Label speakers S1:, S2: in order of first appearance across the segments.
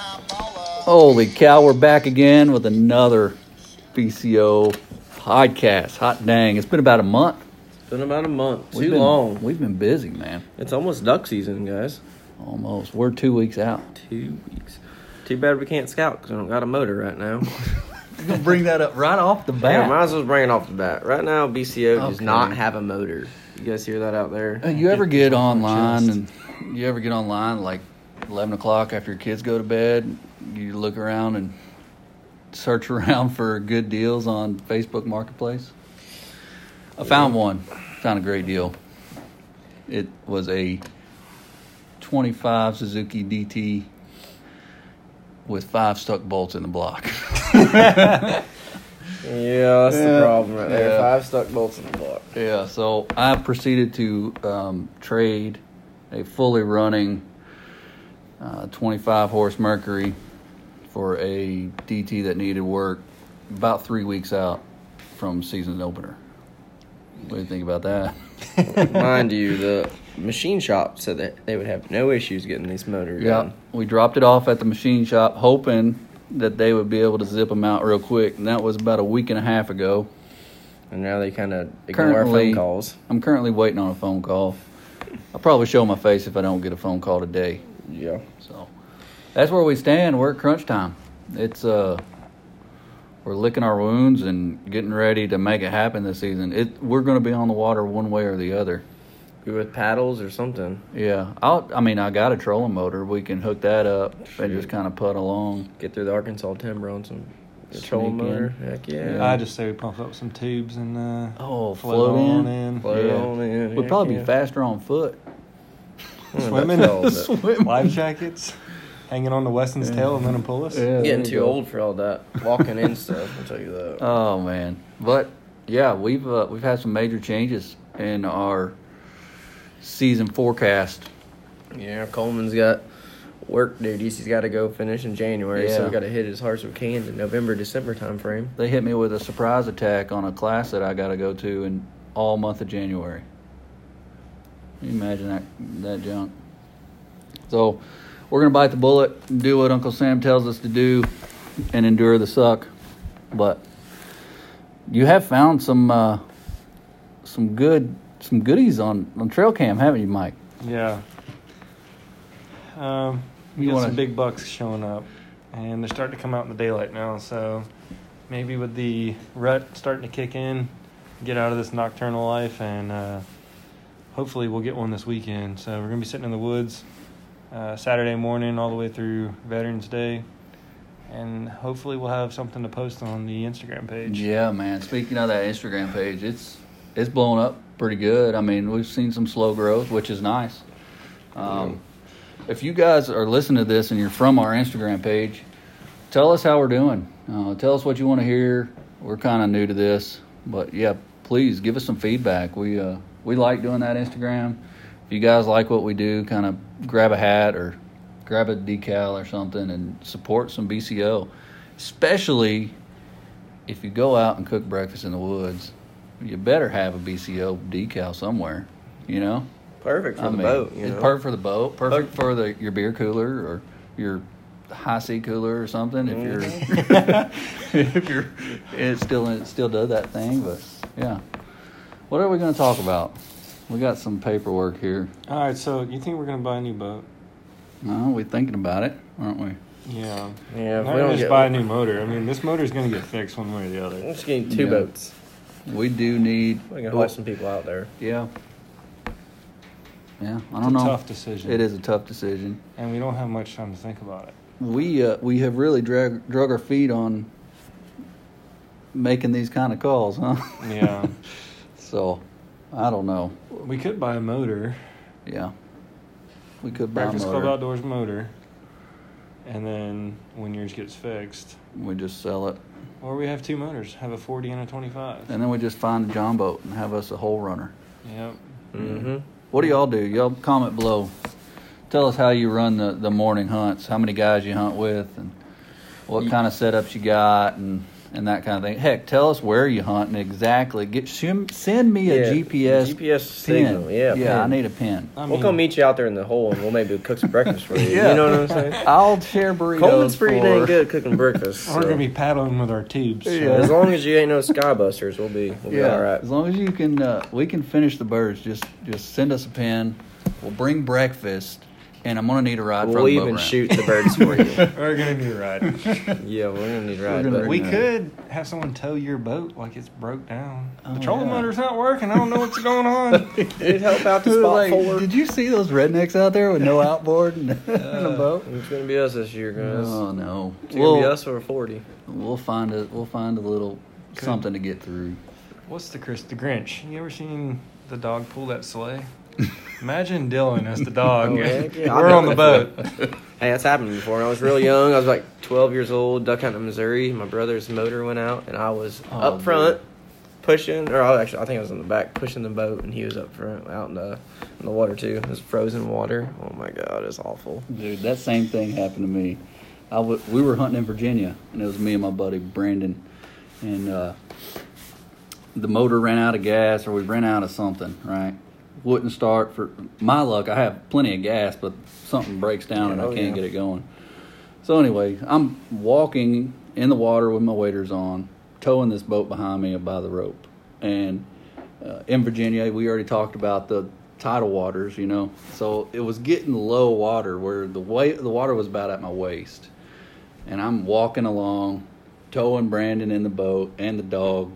S1: Holy cow, we're back again with another BCO podcast. Hot dang, it's been about a month.
S2: It's been about a month.
S1: We've
S2: Too
S1: been-
S2: long.
S1: We've been busy, man.
S2: It's almost duck season, guys.
S1: Almost. We're two weeks out.
S2: Two weeks. Too bad we can't scout because I don't got a motor right now.
S1: You're going to bring that up right off the
S2: yeah, might
S1: bat.
S2: as well bring it off the bat. Right now, BCO does
S1: Okay.
S2: not have a motor. You guys hear that out there?
S1: Uh, you ever get online and you ever get online like 11 o'clock after your kids go to bed? and You look around and search around for good deals on Facebook Marketplace? I found one. Found a great deal. It was a 25 Suzuki DT with five stuck bolts in the block.
S2: Yeah, that's
S1: Yeah.
S2: the problem right there.
S1: Yeah.
S2: Five stuck bolts in the block.
S1: yeah, so I proceeded to um, trade a fully running uh, 25 horse Mercury for a DT that needed work about three weeks out from season opener. What do you think about that?
S2: Mind you, the machine shop said that they would have no issues getting these motors.
S1: Yeah, we dropped it off at the machine shop, hoping that they would be able to zip them out real quick. And that was about a week and a half ago.
S2: And now they kind of ignore our
S1: Currently-
S2: phone calls.
S1: I'm currently waiting on a phone call. I'll probably show my face if I don't get a phone call today.
S2: Yeah.
S1: So that's where we stand. We're at crunch time. It's uh, we're licking our wounds and getting ready to make it happen this season. It we're going to be on the water one way or the other.
S2: Be with paddles or something.
S1: Yeah, I'll. I mean, I got a trolling motor. We can hook that up and just kind of putt along.
S2: Get through the Arkansas timber on some
S1: Sneak
S2: patrol
S1: in.
S2: motor. Heck yeah.
S1: Yeah.
S3: I just say we pump up some tubes and uh,
S1: Oh,
S3: float
S1: float in?
S3: on in.
S2: Float
S1: Yeah.
S2: on in.
S1: We'd
S2: Heck
S1: probably
S2: yeah.
S1: be faster on foot.
S3: Swimming.
S2: that's all that-
S3: life jackets, hanging on to Weston's tail and let him pull us.
S1: Yeah. there
S2: Getting too
S1: you go.
S2: old for all that walking in stuff. I'll tell you that.
S1: Oh man, but yeah, we've uh, we've had some major changes in our season forecast.
S2: yeah, Coleman's got work duties. He's got to go finish in January, so
S1: Yeah.
S2: we got to hit as hard as we can in November, December time frame.
S1: They hit me with a surprise attack on a class that I got to go to in all month of January. Can you imagine that that junk. So, we're gonna bite the bullet, and do what Uncle Sam tells us to do, and endure the suck. But you have found some uh, some good some goodies on on trail cam, haven't you, Mike?
S3: Yeah. Um, we
S1: You
S3: got
S1: wanna-
S3: some big bucks showing up, and they're starting to come out in the daylight now. So maybe with the rut starting to kick in, get out of this nocturnal life, and uh, hopefully we'll get one this weekend. So we're gonna be sitting in the woods uh, Saturday morning all the way through Veterans Day, and hopefully we'll have something to post on the Instagram page.
S1: Yeah, man. Speaking of that Instagram page, it's it's blown up pretty good. I mean, we've seen some slow growth, which is nice. Um, if you guys are listening to this and you're from our Instagram page, tell us how we're doing. Uh, tell us what you want to hear. We're kind of new to this, but yeah, please give us some feedback. We uh, we like doing that Instagram. If you guys like what we do, kind of grab a hat or grab a decal or something and support some BCO, especially if you go out and cook breakfast in the woods. You better have a BCO decal somewhere, you know
S2: Perfect for the
S1: mean,
S2: boat. You
S1: it's
S2: know?
S1: perfect for the boat. Perfect for the your beer cooler or your high sea cooler or something. If you're
S2: Mm-hmm.
S1: if you're it still it still does that thing. But yeah, what are we going to talk about? We got some paperwork here.
S3: All right. So you think we're gonna buy a new boat?
S1: No, we're thinking about it, aren't we?
S3: Yeah.
S2: Yeah, if
S3: Not
S2: we don't
S3: just
S2: get
S3: buy a new motor. I mean, this motor's gonna get fixed one way or the
S2: We're
S3: other.
S2: just getting two
S1: Yeah.
S2: boats.
S1: We do need. oh,
S2: We can haul some people out there.
S1: Yeah. Yeah, I
S3: It's
S1: don't
S3: a
S1: know.
S3: tough decision.
S1: It is a tough decision.
S3: and we don't have much time to think about it.
S1: we uh, we have really drag, drug our feet on making these kind of calls, huh?
S3: Yeah,
S1: So, I don't know.
S3: we could buy a motor,
S1: Yeah, we could buy a
S3: Breakfast Club
S1: motor.
S3: Outdoors motor, and then when yours gets fixed,
S1: We just sell it,
S3: or we have two motors, have a forty and a twenty-five.
S1: and then we just find a John boat and have us a hole runner.
S3: Yep.
S2: Mm-hmm.
S1: What do y'all do? Y'all comment below. Tell us how you run the the morning hunts. How many guys you hunt with, and what kind of setups you got, and and that kind of thing. Heck, tell us where you hunt and exactly. Get shim, send me a
S2: Yeah,
S1: GPS
S2: GPS
S1: pin.
S2: signal, yeah,
S1: yeah. I
S2: pin.
S1: need a pin.
S3: I
S2: we'll
S3: mean-
S2: come meet you out there in the hole, and we'll maybe cook some breakfast for you.
S1: Yeah.
S2: You know what I'm saying?
S1: I'll share burritos.
S2: Coleman's pretty
S1: for,
S2: dang good cooking breakfast. so.
S3: We're gonna be paddling with our tubes. so-
S1: Yeah.
S2: As long as you ain't no skybusters, we'll be we'll be
S1: Yeah,
S2: all right.
S1: as long as you can, uh, we can finish the birds. Just just send us a pin. We'll bring breakfast, and I'm gonna need a ride from
S2: We'll
S1: the boat
S2: even
S1: ramp.
S2: shoot the birds for you.
S3: We're gonna be right.
S2: Yeah, we're gonna need
S1: We're
S2: ride.
S1: gonna
S2: but-
S1: bring
S3: we
S1: Yeah.
S3: could have someone tow your boat like it's broke down.
S1: Oh,
S3: the trolling
S1: yeah.
S3: motor's not working. I don't know what's going on.
S2: It'd help out to
S1: Dude,
S2: spot
S1: like,
S2: four.
S1: Did you see those rednecks out there with no outboard and, and a boat?
S2: Uh, It's gonna be us this year, guys.
S1: Oh no!
S2: It's gonna be
S1: We'll,
S2: us over forty.
S1: we'll find a we'll find a little something to get through.
S3: What's the Chris the Grinch? You ever seen the dog pull that sleigh? Imagine Dylan as the dog.
S2: Oh, heck yeah.
S3: We're on the boat.
S2: Hey, that's happened before. When I was real young, I was like 12 years old, duck hunting in Missouri. My brother's motor went out, and I was
S1: Oh,
S2: up
S1: dude.
S2: front pushing, or I was actually, I think I was in the back pushing the boat, and he was up front out in the, in the water too. It was frozen water. Oh my god, it's awful.
S1: Dude, that same thing happened to me. I w- we were hunting in Virginia, and it was me and my buddy Brandon, and uh, the motor ran out of gas, or we ran out of something, right? Wouldn't start. For my luck, I have plenty of gas, but something breaks down and I
S2: Oh,
S1: can't
S2: yeah.
S1: get it going. So anyway, I'm walking in the water with my waders on, towing this boat behind me by the rope. And uh, in Virginia, we already talked about the tidal waters, you know. So it was getting low water where the way the water was about at my waist. And I'm walking along, towing Brandon in the boat and the dog.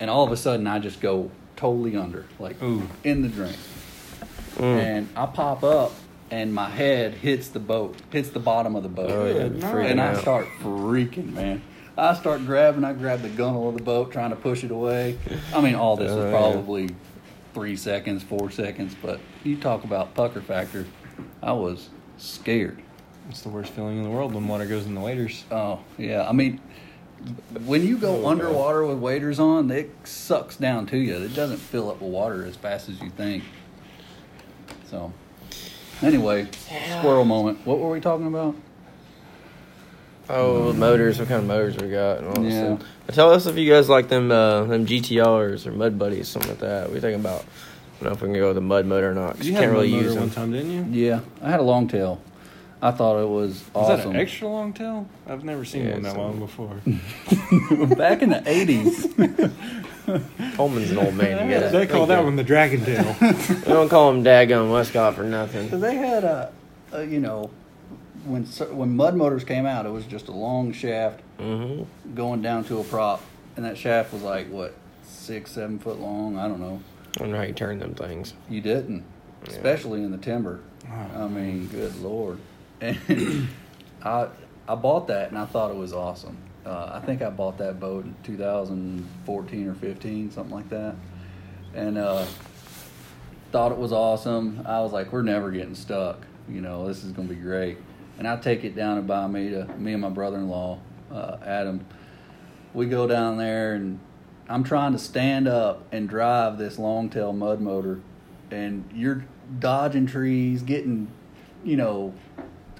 S1: And all of a sudden, I just go totally under, like
S3: Ooh.
S1: in the drink
S2: Mm.
S1: and I pop up and my head hits the boat, hits the bottom of the boat.
S2: Oh, yeah,
S3: Good
S2: freaking
S1: and I
S2: out.
S1: start freaking, man. I start grabbing, I grab the gunnel of the boat, trying to push it away. I mean, all this
S2: Oh,
S1: was
S2: yeah.
S1: probably three seconds, four seconds, but you talk about pucker factor. I was scared.
S3: It's the worst feeling in the world when water goes in the waders.
S1: Oh, yeah. I mean, when you
S3: Oh,
S1: go underwater with waders on, it sucks down to you. It doesn't fill up with water as fast as you think. So, anyway, squirrel moment. What were we talking about?
S2: Oh, motors! What kind of motors we got? And all
S1: Yeah.
S2: yeah. But tell us if you guys like them, uh, them GTRs or Mud Buddies, something like that. We thinking about. I don't know if we can go with a mud motor or not. 'cause you can't really use
S3: one
S2: them.
S3: time, didn't you?
S1: Yeah, I had a long tail. I thought it was
S3: Is that
S1: awesome.
S3: an extra long tail? I've never seen
S2: Yeah,
S3: one that
S2: it's a-
S3: long before.
S1: Back in the 80s.
S2: Coleman's an old man. You guys.
S3: they call that one the dragon tail.
S2: We don't call him Dagon Westcott for nothing.
S1: Because they had a, a, you know, when cer- when mud motors came out, it was just a long shaft
S2: Mm-hmm.
S1: going down to a prop, and that shaft was like what six, seven foot long. I don't know.
S2: I don't know how you turn them things.
S1: You didn't, especially in the timber.
S3: Oh.
S1: I mean, good lord. And I I bought that and I thought it was awesome. Uh, I think I bought that boat in 2014 or 15, something like that, and uh, thought it was awesome. I was like, we're never getting stuck. You know, this is gonna be great. And I take it down to buy me to me and my brother-in-law, uh, Adam we go down there and I'm trying to stand up and drive this longtail mud motor and you're dodging trees, getting, you know,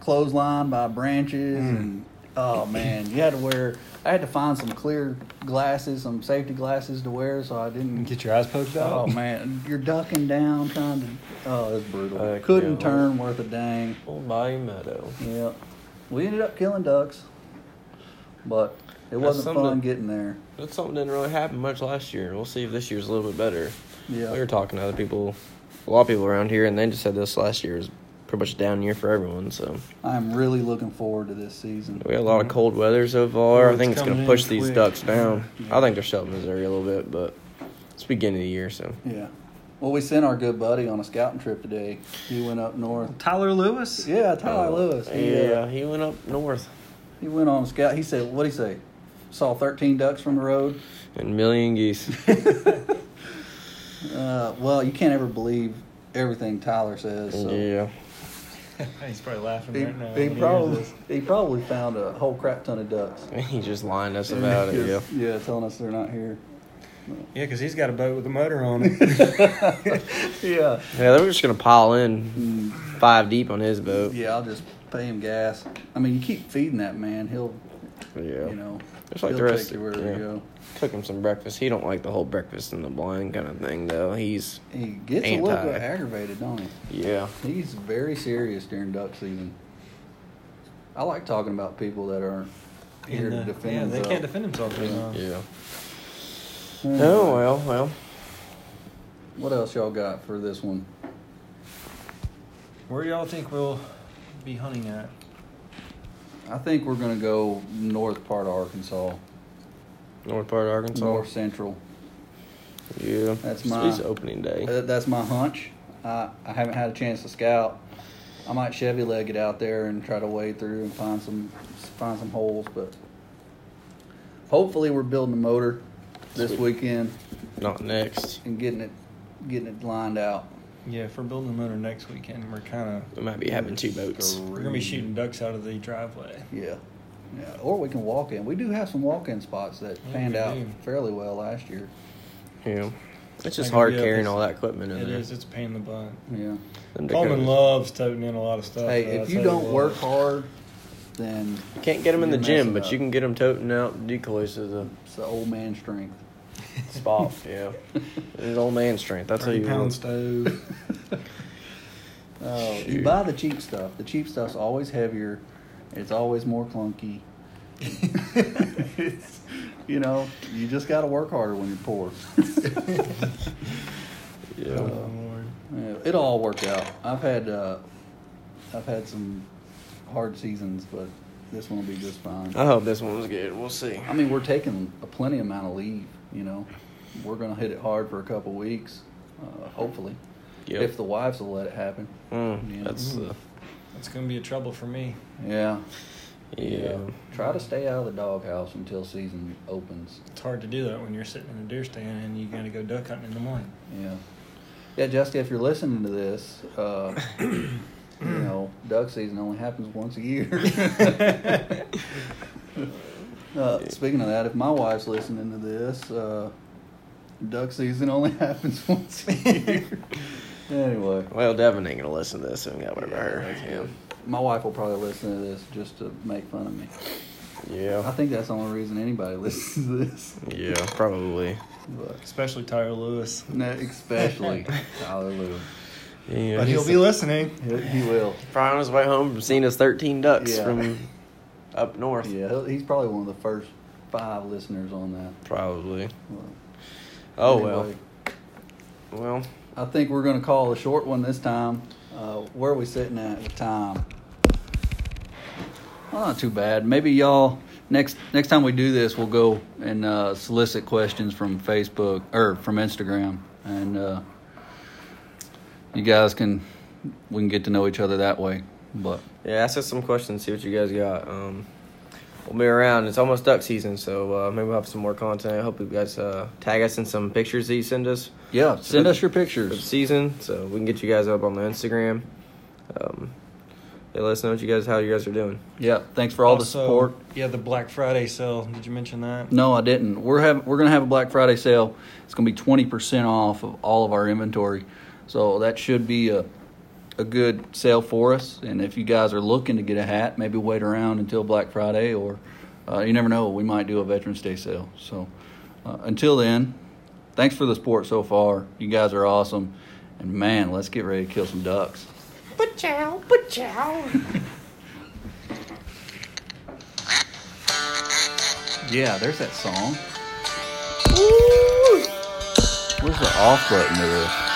S1: clotheslined by branches and oh man, you had to wear I had to find some clear glasses, some safety glasses to wear so I didn't
S3: Get your eyes poked
S1: Oh
S3: out.
S1: man, you're ducking down trying to oh it's brutal.
S2: Heck
S1: Couldn't
S2: Uh, yeah.
S1: turn worth a dang.
S2: Old Bayou Meadow.
S1: Yep. We ended up killing ducks. But it
S2: That's
S1: wasn't
S2: something.
S1: fun getting there.
S2: That's something that didn't really happen much last year. We'll see if this year's a little bit better.
S1: Yeah.
S2: We were talking to other people, a lot of people around here, and they just said this last year was pretty much a down year for everyone. So
S1: I'm really looking forward to this season.
S2: we had a lot of cold weather so far.
S3: Well,
S2: I think
S3: it's
S2: it's going to
S3: coming
S2: push
S3: in
S2: these
S3: quick.
S2: ducks down. I think they're shutting Missouri a little bit, but it's beginning of the year, so
S1: Yeah. Well, we sent our good buddy on a scouting trip today. He went up north.
S3: Tyler Lewis.
S1: Yeah, Tyler Lewis. He, uh,
S2: Oh, Yeah, he went up north.
S1: He went on a scout. He said, what'd he say? Saw 13 ducks from the road.
S2: And a million geese.
S1: Uh, well, you can't ever believe everything Tyler says. So.
S2: Yeah.
S3: He's probably laughing
S1: He,
S3: right
S1: he
S3: now. when hears
S1: probably
S3: this.
S1: he probably found a whole crap ton of ducks.
S2: He just lined us about it, yeah.
S1: Just- yeah, telling us they're not here.
S3: Yeah, because he's got a boat with a motor on it.
S1: Yeah.
S2: Yeah, they were just gonna pile in five deep on his boat.
S1: Yeah, I'll just pay him gas. I mean, you keep feeding that man, he'll
S2: Yeah.
S1: You know,
S2: Just like
S1: he'll
S2: the rest-
S1: take you wherever
S2: yeah.
S1: you go.
S2: Cook him some breakfast. He don't like the whole breakfast in the blind kind of thing though. He's
S1: He gets a
S2: Anti.
S1: little bit aggravated, don't he?
S2: yeah.
S1: He's very serious during duck season. I like talking about people that aren't here
S3: And,
S1: to
S3: uh,
S1: defend.
S3: yeah, they
S1: themselves.
S3: can't defend themselves right
S1: Yeah.
S3: now.
S2: Yeah.
S1: Anyway,
S2: Oh well, well.
S1: Hmm. What else y'all got for this one?
S3: Where do y'all think we'll be hunting at?
S1: I think we're gonna go north part of Arkansas,
S2: North part of Arkansas.
S1: north central.
S2: Yeah.
S1: That's
S2: It's-
S1: my-
S2: it's opening day.
S1: Uh, That's my hunch. I I haven't had a chance to scout. I might Chevy leg it out there and try to wade through and find some find some holes, but hopefully we're building a motor this
S2: Sweet.
S1: weekend
S2: Not next.
S1: and getting it getting it lined out.
S3: Yeah, if we're building a motor next weekend, we're kind of
S2: We might be having two boats.
S3: we're gonna be shooting ducks out of the driveway.
S1: Yeah. Yeah. Or we can walk in. We do have some walk in spots that
S3: Yeah,
S1: panned
S3: we
S1: out
S3: do.
S1: fairly well last year.
S2: Yeah. It's just
S3: Like,
S2: hard
S3: yeah,
S2: carrying
S3: it's-
S2: all that equipment in
S3: It
S2: there.
S3: is. It's a pain in the butt.
S1: Yeah.
S2: Them
S3: Coleman
S2: Dakotas.
S3: loves toting in a lot of stuff.
S1: Hey,
S3: though, I'll
S1: if you
S3: tell
S1: don't
S3: what.
S1: work hard, then
S2: You can't get them in the
S1: You're
S2: gym,
S1: messing
S2: but
S1: up.
S2: you can get them toting out decoys to the
S1: it's the old man strength.
S2: spot. yeah. It's old man strength. That's how
S3: 30
S2: you
S3: pound
S2: want.
S3: stove.
S1: Oh, Uh, you
S2: Shoot.
S1: buy the cheap stuff. The cheap stuff's always heavier. It's always more clunky. you know, you just got to work harder when you're poor.
S2: Yeah.
S3: Oh, Lord.
S1: Yeah, it'll all work out. I've had uh, I've had some hard seasons, but this one will be just fine.
S2: I hope this one was good. We'll see.
S1: I mean, we're taking a plenty amount of leave. You know, we're gonna hit it hard for a couple weeks, uh, hopefully,
S2: Yep.
S1: if the wives will let it happen.
S2: Mm,
S1: Yeah.
S2: that's
S3: Mm-hmm.
S2: the
S3: That's gonna be a trouble for me.
S1: Yeah.
S2: yeah.
S1: Try to stay out of the doghouse until season opens.
S3: It's hard to do that when you're sitting in a deer stand and you gotta go duck hunting in the morning.
S1: Yeah. Yeah, Jessica, if you're listening to this, uh, you know, duck season only happens once a year. uh, speaking of that, if my wife's listening to this, uh, duck season only happens once a year. anyway,
S2: Well, Devin ain't gonna listen to this, so we got whatever her. Yeah.
S1: my wife will probably listen to this just to make fun of me. I
S2: Yeah.
S1: think that's the only reason anybody listens to this.
S2: Yeah. Probably.
S1: But,
S3: Especially Tyler Lewis.
S1: no, especially Tyler Lewis.
S2: Yeah.
S3: But he'll
S2: he's
S3: be listening.
S1: He, he will.
S2: probably on his way home from seeing his thirteen ducks
S1: Yeah.
S2: from up north.
S1: Yeah, he'll- he's probably one of the first five listeners on that.
S2: Probably.
S1: Well,
S2: Oh
S1: anyway,
S2: well. Well.
S1: I think we're gonna call a short one this time. Uh, where are we sitting at with time? Well, not too bad. Maybe y'all next next time we do this, we'll go and uh, solicit questions from Facebook or from Instagram, and uh, you guys can we can get to know each other that way. But
S2: Yeah. Ask us some questions. See what you guys got. Um. We'll be around. It's almost duck season, so uh, maybe we'll have some more content. I hope you guys uh, tag us in some pictures that you send us.
S1: yeah, send us your
S2: of
S1: pictures.
S2: season, so we can get you guys up on the Instagram. Um, yeah, let us know what you guys how you guys are doing.
S1: Yeah, thanks for all the
S3: Also,
S1: support.
S3: Yeah, the Black Friday sale. Did you mention that?
S1: No, I didn't. We're having we're gonna have a Black Friday sale. It's gonna be twenty percent off of all of our inventory, so that should be a a good sale for us. And if you guys are looking to get a hat, maybe wait around until Black Friday, or uh, you never know, we might do a Veterans Day sale. So uh, until then, thanks for the support so far. You guys are awesome, and man, let's get ready to kill some ducks.
S4: Pachow, pachow.
S1: Yeah, there's that song.
S4: Ooh.
S1: Where's the off button to this?